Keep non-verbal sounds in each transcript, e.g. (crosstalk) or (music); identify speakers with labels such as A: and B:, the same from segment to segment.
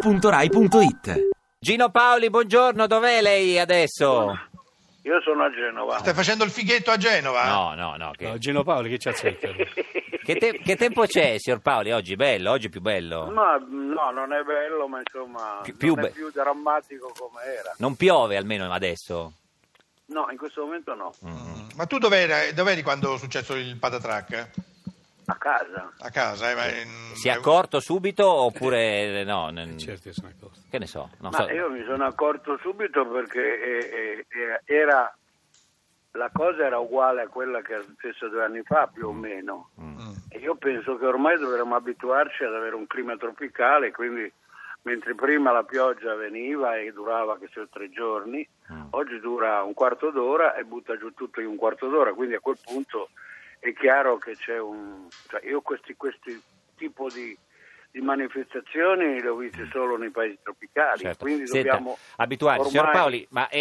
A: radio2pod.rai.it
B: Gino Paoli, buongiorno, dov'è lei adesso?
C: Io sono a Genova.
D: Stai facendo il fighetto a Genova?
B: No, no, no. Che,
E: Ah. No, Gino Paoli che ci azzecca.
B: (laughs) che te- che tempo c'è, signor Paoli? Oggi bello, oggi più bello.
C: Ma no, non è bello, ma insomma,
B: Pi- più
C: non
B: be-
C: è più drammatico come era.
B: Non piove almeno adesso.
C: No, in questo momento no.
D: Mm. Ma tu dov'era- dov'eri, quando è successo il patatrack?
C: A casa.
D: A casa? eh, ma, mm,
B: Si è accorto subito oppure eh, no? n-
E: Certo, io sono accorto.
B: Che ne so. Non
C: ma
B: so.
C: io mi sono accorto subito perché eh, eh, eh, era la cosa era uguale a quella che è successa due anni fa, più o meno.
D: Mm.
C: E io penso che ormai dovremmo abituarci ad avere un clima tropicale, quindi mentre prima la pioggia veniva e durava che so, tre giorni,
B: Mm.
C: oggi dura un quarto d'ora e butta giù tutto in un quarto d'ora, quindi a quel punto è chiaro che c'è un... cioè, io questi, questi tipo di, di manifestazioni le ho viste solo nei paesi tropicali,
B: Certo.
C: quindi
B: Senta,
C: dobbiamo...
B: abituarci. Signor
C: ormai-
B: Paoli, ma è,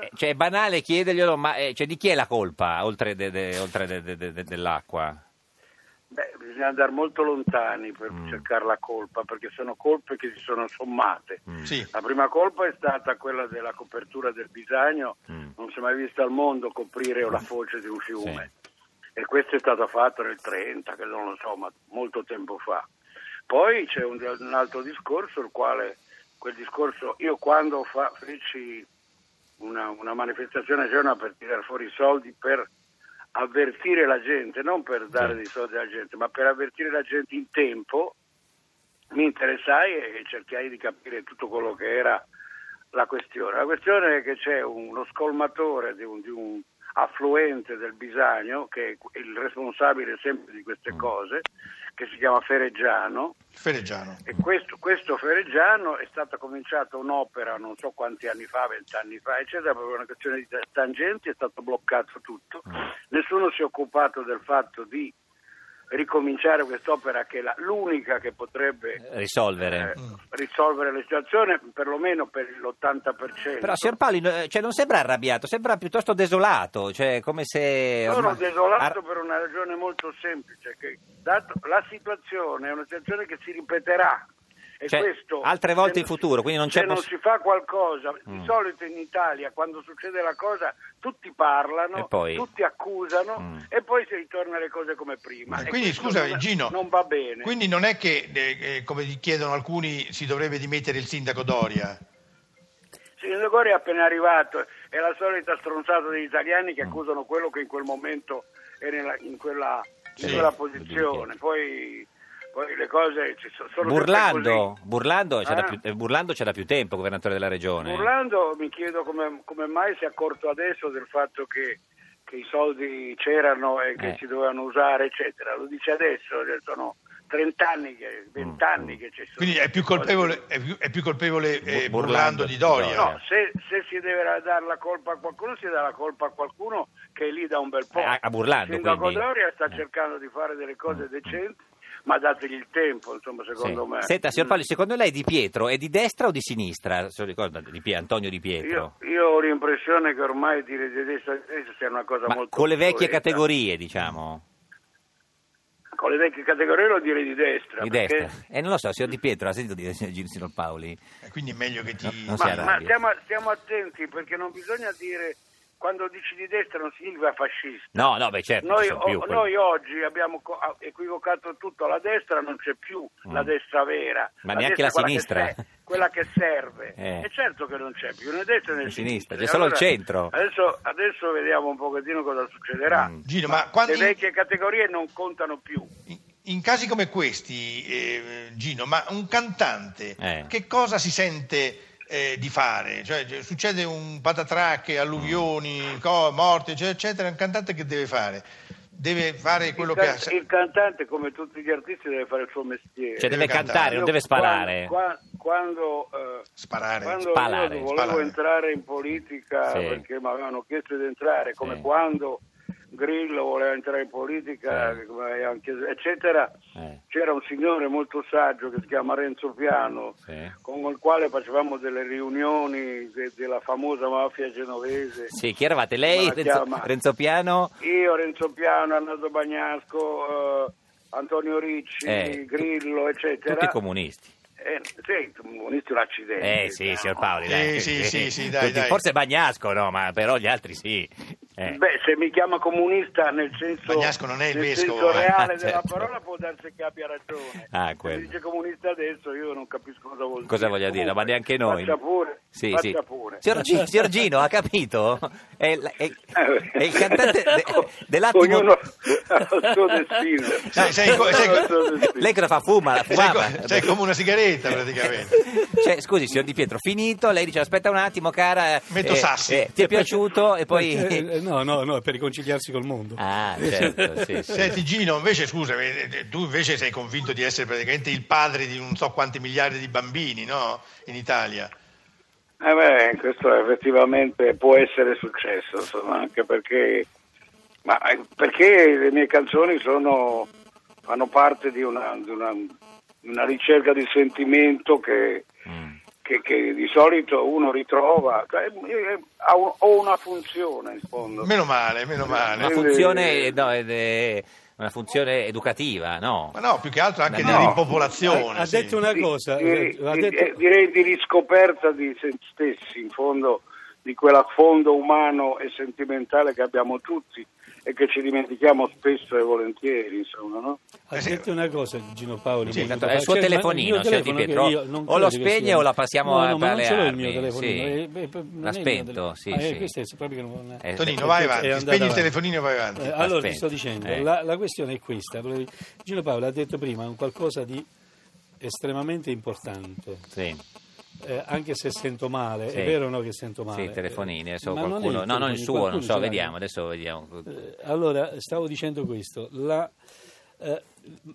C: Eh?
B: cioè, è banale chiederglielo, ma eh, cioè, di chi è la colpa oltre, de- de- oltre de- de- de- de- dell'acqua?
C: Beh, bisogna andare molto lontani per
B: Mm.
C: cercare la colpa, perché sono colpe che si sono sommate.
B: Mm.
D: Sì.
C: La prima colpa è stata quella della copertura del bisagno, non si è mai vista al mondo coprire la foce di un fiume. E questo è stato fatto nel 30, che non lo so, ma molto tempo fa. Poi c'è un, un altro discorso, il quale, quel discorso, io quando fa- feci una, una manifestazione a Genova per tirare fuori i soldi per avvertire la gente, non per dare dei soldi alla gente, ma per avvertire la gente in tempo, mi interessai e cercai di capire tutto quello che era la questione. La questione è che c'è uno scolmatore di un, di un affluente del Bisagno, che è il responsabile sempre di queste cose, che si chiama Fereggiano,
D: Fereggiano.
C: e questo, questo Fereggiano è stata cominciata un'opera non so quanti anni fa, vent'anni fa, eccetera, per una questione di tangenti è stato bloccato tutto. Nessuno si è occupato del fatto di ricominciare quest'opera che è la- l'unica che potrebbe
B: Risolvere.
C: eh, risolvere la situazione, perlomeno per l'80%.
B: Però, signor Paoli, no- cioè, non sembra arrabbiato, sembra piuttosto desolato, cioè come se...
C: Sono
B: ormai-
C: desolato
B: ar-
C: per una ragione molto semplice, che dato la situazione è una situazione che si ripeterà. E
B: Cioè,
C: questo,
B: altre volte
C: se
B: in
C: non si-
B: futuro, quindi non c'è
C: se non
B: poss- Mm.
C: si fa qualcosa, di solito in Italia quando succede la cosa tutti
B: E
C: parlano,
B: poi? Mm.
C: tutti accusano e poi si ritorna alle cose come prima.
D: Ma
C: E
D: quindi
C: questo
D: scusa
C: non-
D: Gino,
C: Non va bene.
D: Quindi non è che, eh, eh, come chiedono alcuni, si dovrebbe dimettere il sindaco Doria.
C: Signor Gori è appena arrivato, è la solita stronzata degli italiani
B: Mm.
C: che accusano quello che in quel momento è nella- in quella, in
D: Sì,
C: quella
B: lo dico.
C: posizione. Poi, poi le cose ci so- sono sempre
B: Burlando,
C: così.
B: Burlando, c'era
C: Ah.
B: più, eh, Burlando c'era più tempo, governatore della regione.
C: Burlando mi chiedo come, come mai si è accorto adesso del fatto che, che i soldi c'erano e che
B: Eh.
C: si dovevano usare, eccetera. Lo dice adesso, sono 30 anni, che-
B: Mm,
C: 20 anni che ci sono.
D: Quindi è più
C: queste cose.
D: colpevole, è più, è più colpevole
B: Burlando
D: eh, Burlando di
B: di
D: Doria.
B: Doria.
C: No, se, se si deve dare la colpa a qualcuno, si dà la colpa a qualcuno che è lì da un bel po'.
B: Eh, a- a Burlando,
C: Il sindaco
B: quindi. Eh. Mm,
C: Doria sta cercando di fare delle cose decenti, ma dategli il tempo, insomma,
B: Sì.
C: secondo me.
B: Senta, signor
C: Mm.
B: Paoli, secondo lei Di Pietro è di destra o di sinistra? Se lo ricorda, di Pie- Antonio Di Pietro.
C: Io, io ho l'impressione che ormai dire di destra a destra sia una cosa
B: Ma
C: molto...
B: con le vecchie
C: obsoleta.
B: categorie, diciamo,
C: Con le vecchie categorie lo dire di destra.
B: di
C: perché-
B: destra. E non lo so, signor Di Pietro, ha sentito dire signor Gino- signor Paoli?
D: Eh, Quindi è meglio che ti...
B: No, non si
C: Ma,
B: arrabbia.
C: ma stiamo, stiamo attenti perché non bisogna dire... Quando dici di destra non significa fascista.
B: No, no, beh certo,
C: Noi,
B: ci sono più
C: o-
B: quelli-
C: noi oggi abbiamo co- a- equivocato tutto, la destra non c'è più, la destra vera.
B: Mm. Ma neanche
C: destra
B: la
C: quella che
B: sinistra.
C: se- quella che
B: (laughs)
C: serve.
B: Eh.
C: E certo che non c'è più né destra né
B: Né sinistra,
C: sinistra.
B: c'è solo il centro.
C: Adesso, adesso vediamo un pochettino cosa succederà.
B: Mm.
D: Gino, ma quando-
C: Le vecchie categorie non contano più.
D: In, in casi come questi, eh, Gino, ma un cantante
B: Eh.
D: che cosa si sente eh, di fare? Cioè, cioè, succede un patatracche, alluvioni, co- morte, eccetera, eccetera, un cantante che deve fare? Deve fare quello
C: il,
D: che
C: can-
D: ha... sa-
C: il cantante, come tutti gli artisti, deve fare il suo mestiere.
B: Cioè deve
D: deve
B: cantare,
D: cantare.
B: non deve sparare.
C: Quando, quando, eh,
D: Sparare.
C: Quando
B: Spalare,
C: io volevo
D: spalare.
C: entrare in politica
B: Sì.
C: perché mi avevano chiesto di entrare, come
B: Sì.
C: quando Grillo voleva entrare in politica, eh,
B: Sì.
C: come avevano chiesto, eccetera,
B: Eh.
C: c'era un signore molto saggio che si chiama Renzo Piano,
B: Sì.
C: con il quale facevamo delle riunioni de- della famosa mafia genovese.
B: Sì, chi eravate? Lei,
C: Come la
B: Renzo,
C: chiama?
B: Renzo Piano?
C: Io, Renzo Piano, Arnaldo Bagnasco, eh, Antonio Ricci,
B: Eh,
C: Grillo, eccetera.
B: Tutti comunisti.
C: Eh, sì, uniste un accidente.
B: Eh sì,
C: diciamo.
B: signor Paoli, dai.
D: Sì, sì, sì, sì, dai,
B: Tutti-
D: dai.
B: Forse Bagnasco no, ma però gli altri sì. Eh.
C: Beh, se mi chiama comunista nel senso,
D: Bagnasco non è il
C: nel
D: vescovo,
C: senso
D: eh.
C: reale
D: (laughs)
B: Ah,
C: della
B: certo.
C: parola può darsi che abbia ragione.
B: Ah,
C: se
B: quello.
C: mi dice comunista adesso io non capisco cosa vuol
B: Cosa
C: dire.
B: voglia dire? Ma
C: Comunque,
B: neanche noi.
C: Faccia pure.
B: Sì,
C: faccia
B: sì.
C: pure.
B: Signor, Gi- signor Gino, ha capito? È, la- è-
C: Eh,
B: è il cantante de-
C: o-
B: dell'attimo...
C: Ecco, Ognuno (laughs) ha il suo destino.
D: Sei- sei-
C: Ognuno
D: sei-
C: ha il suo destino.
B: Lei cosa fa? Fuma? La
D: Sei,
B: fumava?
D: Cioè, co- sei come una
B: (laughs)
D: sigaretta praticamente.
B: Cioè, scusi, signor Di Pietro, finito, lei dice aspetta un attimo, cara. eh,
D: Metto sassi.
B: ti è piaciuto? E
D: (laughs)
E: Eh,
B: poi.
E: eh, no, no, no, per riconciliarsi col mondo. Eh,
B: ah, certo, sì, sì.
D: Senti Gino, invece scusa, eh, tu invece sei convinto di essere praticamente il padre di non so quanti miliardi di bambini, no? In Italia.
C: Eh beh, questo effettivamente può essere successo, insomma, anche perché, ma, eh, perché le mie canzoni sono, fanno parte di una, di una- di una ricerca di sentimento che,
B: Mm.
C: che- che di solito uno ritrova, cioè, eh, ha un- ho una funzione in fondo.
D: Meno male, meno
B: Una
D: male. eh,
B: funzione, no, ed è una funzione educativa, no?
D: Ma no, più che altro anche
B: No.
D: di
E: Ha,
D: ripopolazione.
E: ha
D: sì.
E: detto una
C: Sì,
E: cosa,
C: direi,
E: ha
C: di- eh,
E: detto...
C: direi di riscoperta di se stessi, in fondo, di quel fondo umano e sentimentale che abbiamo tutti e che ci dimentichiamo spesso e volentieri, insomma, no?
E: Ha detto una cosa Gino Paoli.
D: Sì,
E: molto
B: tanto
E: bella.
B: è il suo
E: C'è ma-
B: telefonino,
E: il mio
B: signor Di
E: telefono
B: Pietro.
E: che io non
B: O
E: credo
B: lo
E: che
B: spegne
E: sia-
B: o la passiamo
E: no,
B: a-
E: no, ma non
B: alle
E: ce l'ho il
B: armi,
E: mio telefonino.
B: sì.
E: eh, beh, beh,
B: L'ha
E: non è il mio
B: spento,
E: telefono.
B: sì,
E: Ah, eh,
B: sì.
E: questo è proprio che non è-
B: Eh,
D: Tonino,
E: Eh,
D: vai
E: è
D: avanti,
E: andata
D: spegni il
E: avanti.
D: telefonino e vai avanti.
E: Eh, allora ti sto
B: Aspetta.
E: dicendo,
B: Eh.
E: la, la questione è questa. volevo- Gino Paolo ha detto prima un qualcosa di estremamente importante,
B: Sì.
E: eh, anche se sento male,
B: Sì.
E: è vero o no che sento male?
B: Sì, telefonini, adesso
E: Ma non è
B: qualcuno.
E: il
B: no, non il
E: telefonino,
B: suo, non
E: qualcuno
B: so,
E: ce l'ha.
B: vediamo, adesso vediamo.
E: Eh, Allora, stavo dicendo questo, la- eh,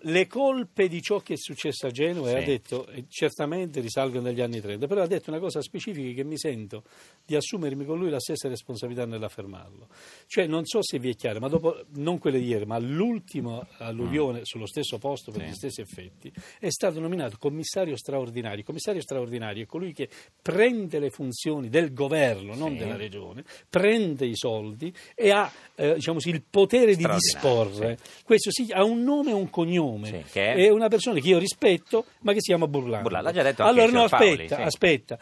E: le colpe di ciò che è successo a Genova,
B: Sì.
E: ha detto, eh, certamente risalgono agli anni 30, però ha detto una cosa specifica che mi sento di assumermi con lui la stessa responsabilità nell'affermarlo. Cioè, non so se vi è chiaro, ma dopo, non quella di ieri, ma l'ultima alluvione sullo stesso posto per
B: Mm. Sì.
E: gli stessi effetti, è stato nominato commissario straordinario. Il commissario straordinario è colui che prende le funzioni del governo, non
B: Sì.
E: della regione, prende i soldi e ha eh, diciamo così, il potere di
B: Straordinario,
E: disporre. Questo sì, ha un nome e un cognome.
B: Sì, che è?
E: è una persona che io rispetto, ma che si chiama Burlando.
B: Burlando, l'ha già detto anche
E: allora,
B: il
E: no,
B: signor Paoli,
E: aspetta,
B: sì.
E: aspetta.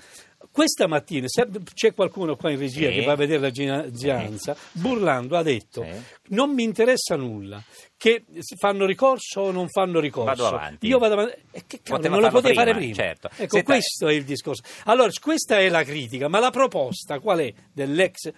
E: Questa mattina se- c'è qualcuno qua in regia
B: Sì.
E: che va a vedere la ginanza.
B: (laughs)
E: Burlando ha detto:
B: Sì.
E: Non mi interessa nulla che s- fanno ricorso o non fanno ricorso.
B: Vado avanti.
E: Io vado avanti. E che cavolo,
B: Poteva
E: non lo
B: farlo
E: potevi fare
B: prima,
E: prima.
B: certo.
E: Ecco,
B: Senta-
E: questo è il discorso. Allora, questa è la critica, ma la proposta qual è dell'ex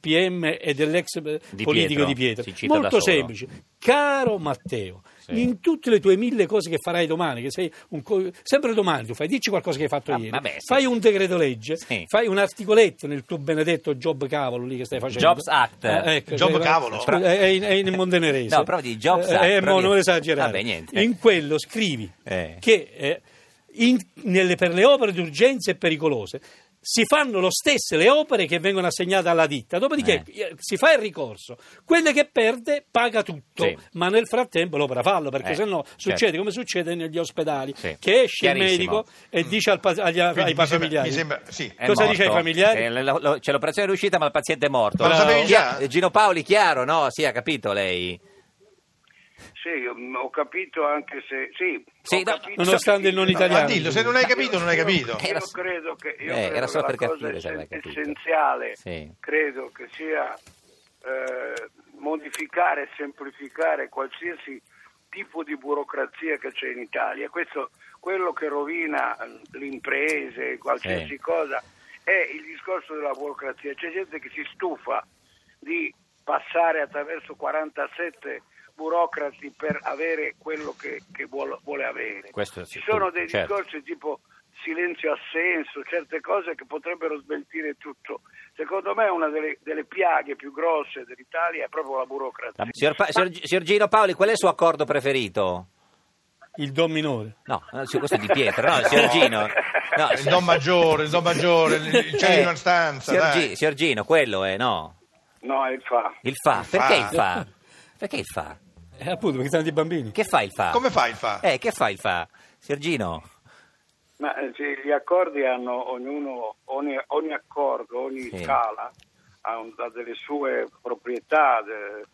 E: PM e dell'ex eh,
B: Di Pietro,
E: politico di Pietro?
B: si cita da
E: Molto
B: solo.
E: semplice. Caro Matteo,
B: Sì.
E: in tutte le tue mille cose che farai domani, che sei un co- sempre domani tu fai, dici qualcosa che hai fatto
B: Ah,
E: ieri,
B: vabbè, sì.
E: fai un decreto legge,
B: Sì.
E: fai un articoletto nel tuo benedetto job cavolo lì che stai facendo.
B: Jobs Act.
E: ecco,
D: Job
E: cioè,
D: cavolo.
E: scusa, è, è in, è in montenerese.
B: No, però di Jobs
E: Eh,
B: Act,
E: eh,
B: però
E: mo
B: di-
E: non esagerare.
B: Vabbè, niente.
E: In quello scrivi
B: Eh.
E: che eh, in- nelle- per le opere d'urgenza e pericolose si fanno lo stesse le opere che vengono assegnate alla ditta, dopodiché eh, si fa il ricorso, quelle che perde paga tutto,
B: Sì.
E: ma nel frattempo l'opera fallo perché
B: Eh,
E: sennò succede
B: certo.
E: come succede negli ospedali,
B: Sì.
E: che esce il
B: Chiarissimo.
E: medico e dice al pa- agli-
D: Quindi
E: ai
D: mi sembra,
E: familiari
D: mi sembra- sì.
B: È
E: Cosa dice ai
B: morto.
E: familiari?
B: Eh, lo- lo- c'è l'operazione è riuscita, ma il paziente è morto.
D: Ma lo
B: Bravo.
D: sapevi già?
B: Chia- Gino Paoli, chiaro, no? Sì, ha capito lei.
C: Sì, io, mh, ho capito anche se... Sì,
B: Sì,
C: ho
B: no,
C: capito-
E: nonostante il non
C: No,
E: italiano.
D: Ma dillo, se non hai capito, non hai
C: io-
D: capito.
C: Io,
B: Era-
C: credo che, io
B: Eh,
C: credo
B: era solo
C: che
B: per
C: la cosa
B: capire se
C: essen-
B: aveva capito.
C: essenziale
B: Sì.
C: credo che sia eh, modificare e semplificare qualsiasi tipo di burocrazia che c'è in Italia. Questo, quello che rovina eh, le imprese, qualsiasi
B: Sì.
C: cosa, è il discorso della burocrazia. C'è gente che si stufa di passare attraverso 47 burocrati per avere quello che, che vuol- vuole avere.
B: Questo sì,
C: Ci sono
B: tu-
C: dei
B: certo.
C: discorsi tipo silenzio assenso, certe cose che potrebbero sveltire tutto. Secondo me una delle, delle piaghe più grosse dell'Italia è proprio la burocrazia.
B: La- Signor, Pa- signor- signor Gino Paoli, qual è il suo accordo preferito?
E: il do minore.
B: No, no, sì, questo è di Pietro, no,
D: (laughs)
B: signor Gino. No,
D: Il do maggiore, il do maggiore, il- Eh, il cielo
B: Eh,
D: in una stanza.
B: Signor,
D: dai.
B: Gi- signor Gino, quello è, no?
C: No, è fa.
B: Il fa. Perché il
D: fa.
B: fa? Perché il fa?
E: Eh, appunto, perché tanti bambini.
B: Che fa il fa?
D: Come fa il fa?
B: Eh, che fa il fa? Signor Gino?
C: Ma eh, sì, gli accordi hanno ognuno, ogni, ogni accordo, ogni
B: Sì.
C: scala ha, un- ha delle sue proprietà, de-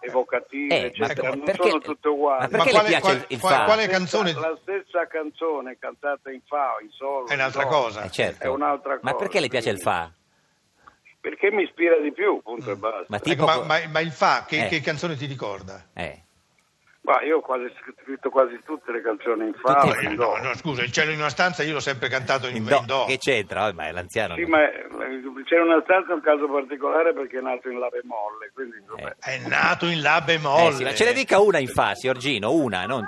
C: evocative,
B: Eh, ma
C: eccetera.
B: per-
C: non
B: perché-
C: sono tutte uguali.
B: ma perché
D: Ma quale-
B: le piace
D: quale-
B: il
D: quale-
B: fa?
D: quale-
C: La stessa-
D: canzone-
C: La stessa canzone cantata in fa o in solo.
D: È un'altra
C: in
D: cosa.
B: Eh, certo.
C: È un'altra
B: Ma
C: cosa,
B: perché le piace il
C: quindi.
B: fa?
C: Perché mi ispira di più, punto e basta.
B: Mm. Ma
C: Ma,
B: tipo...
D: Ecco, ma, ma- ma il fa, che,
B: Eh.
D: che canzone ti ricorda?
B: Eh,
C: io ho quasi scritto quasi tutte le canzoni in fa.
B: Tutte
C: o
B: in
C: in
B: fa.
C: do.
D: Eh, No, no, scusa, il cielo in una stanza io l'ho sempre cantato in,
B: Eh, il
D: in
B: do,
D: do.
B: Che c'entra? Oh, ma è l'anziano.
C: Sì, ma eh, c'era una stanza un caso particolare perché è nato in la bemolle, quindi vabbè.
D: È nato in la bemolle.
B: Eh, sì, ma ce ne dica una in fa, Giorgino, una, non...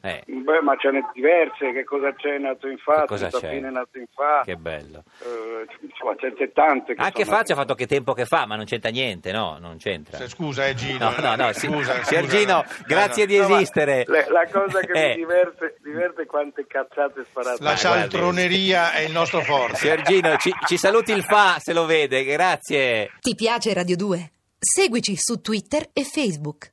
B: Eh, che
C: Beh, ma ce n'è diverse, che cosa c'è è nato in fa,
B: cosa
C: tutta
B: c'è?
C: fine è nato in fa,
B: Che bello.
C: eh, insomma ce n'è tante. Che
B: Anche
C: sono
B: Fazio ha fatto che tempo che fa, ma non c'entra niente, no? Non c'entra.
D: Se- Scusa, eh, Gino.
B: No, no, no, sì.
D: scusa, scusa.
B: Sergino,
D: No, no.
B: grazie di
C: No, ma
B: esistere.
C: le- la cosa che
B: (laughs) Eh,
C: mi diverte, diverte è quante cazzate sparate.
D: La
B: Ma
D: cialtroneria è il nostro forte.
B: Sergino, ci, ci saluti il fa se lo vede, grazie.
A: Ti piace Radio 2? Seguici su Twitter e Facebook.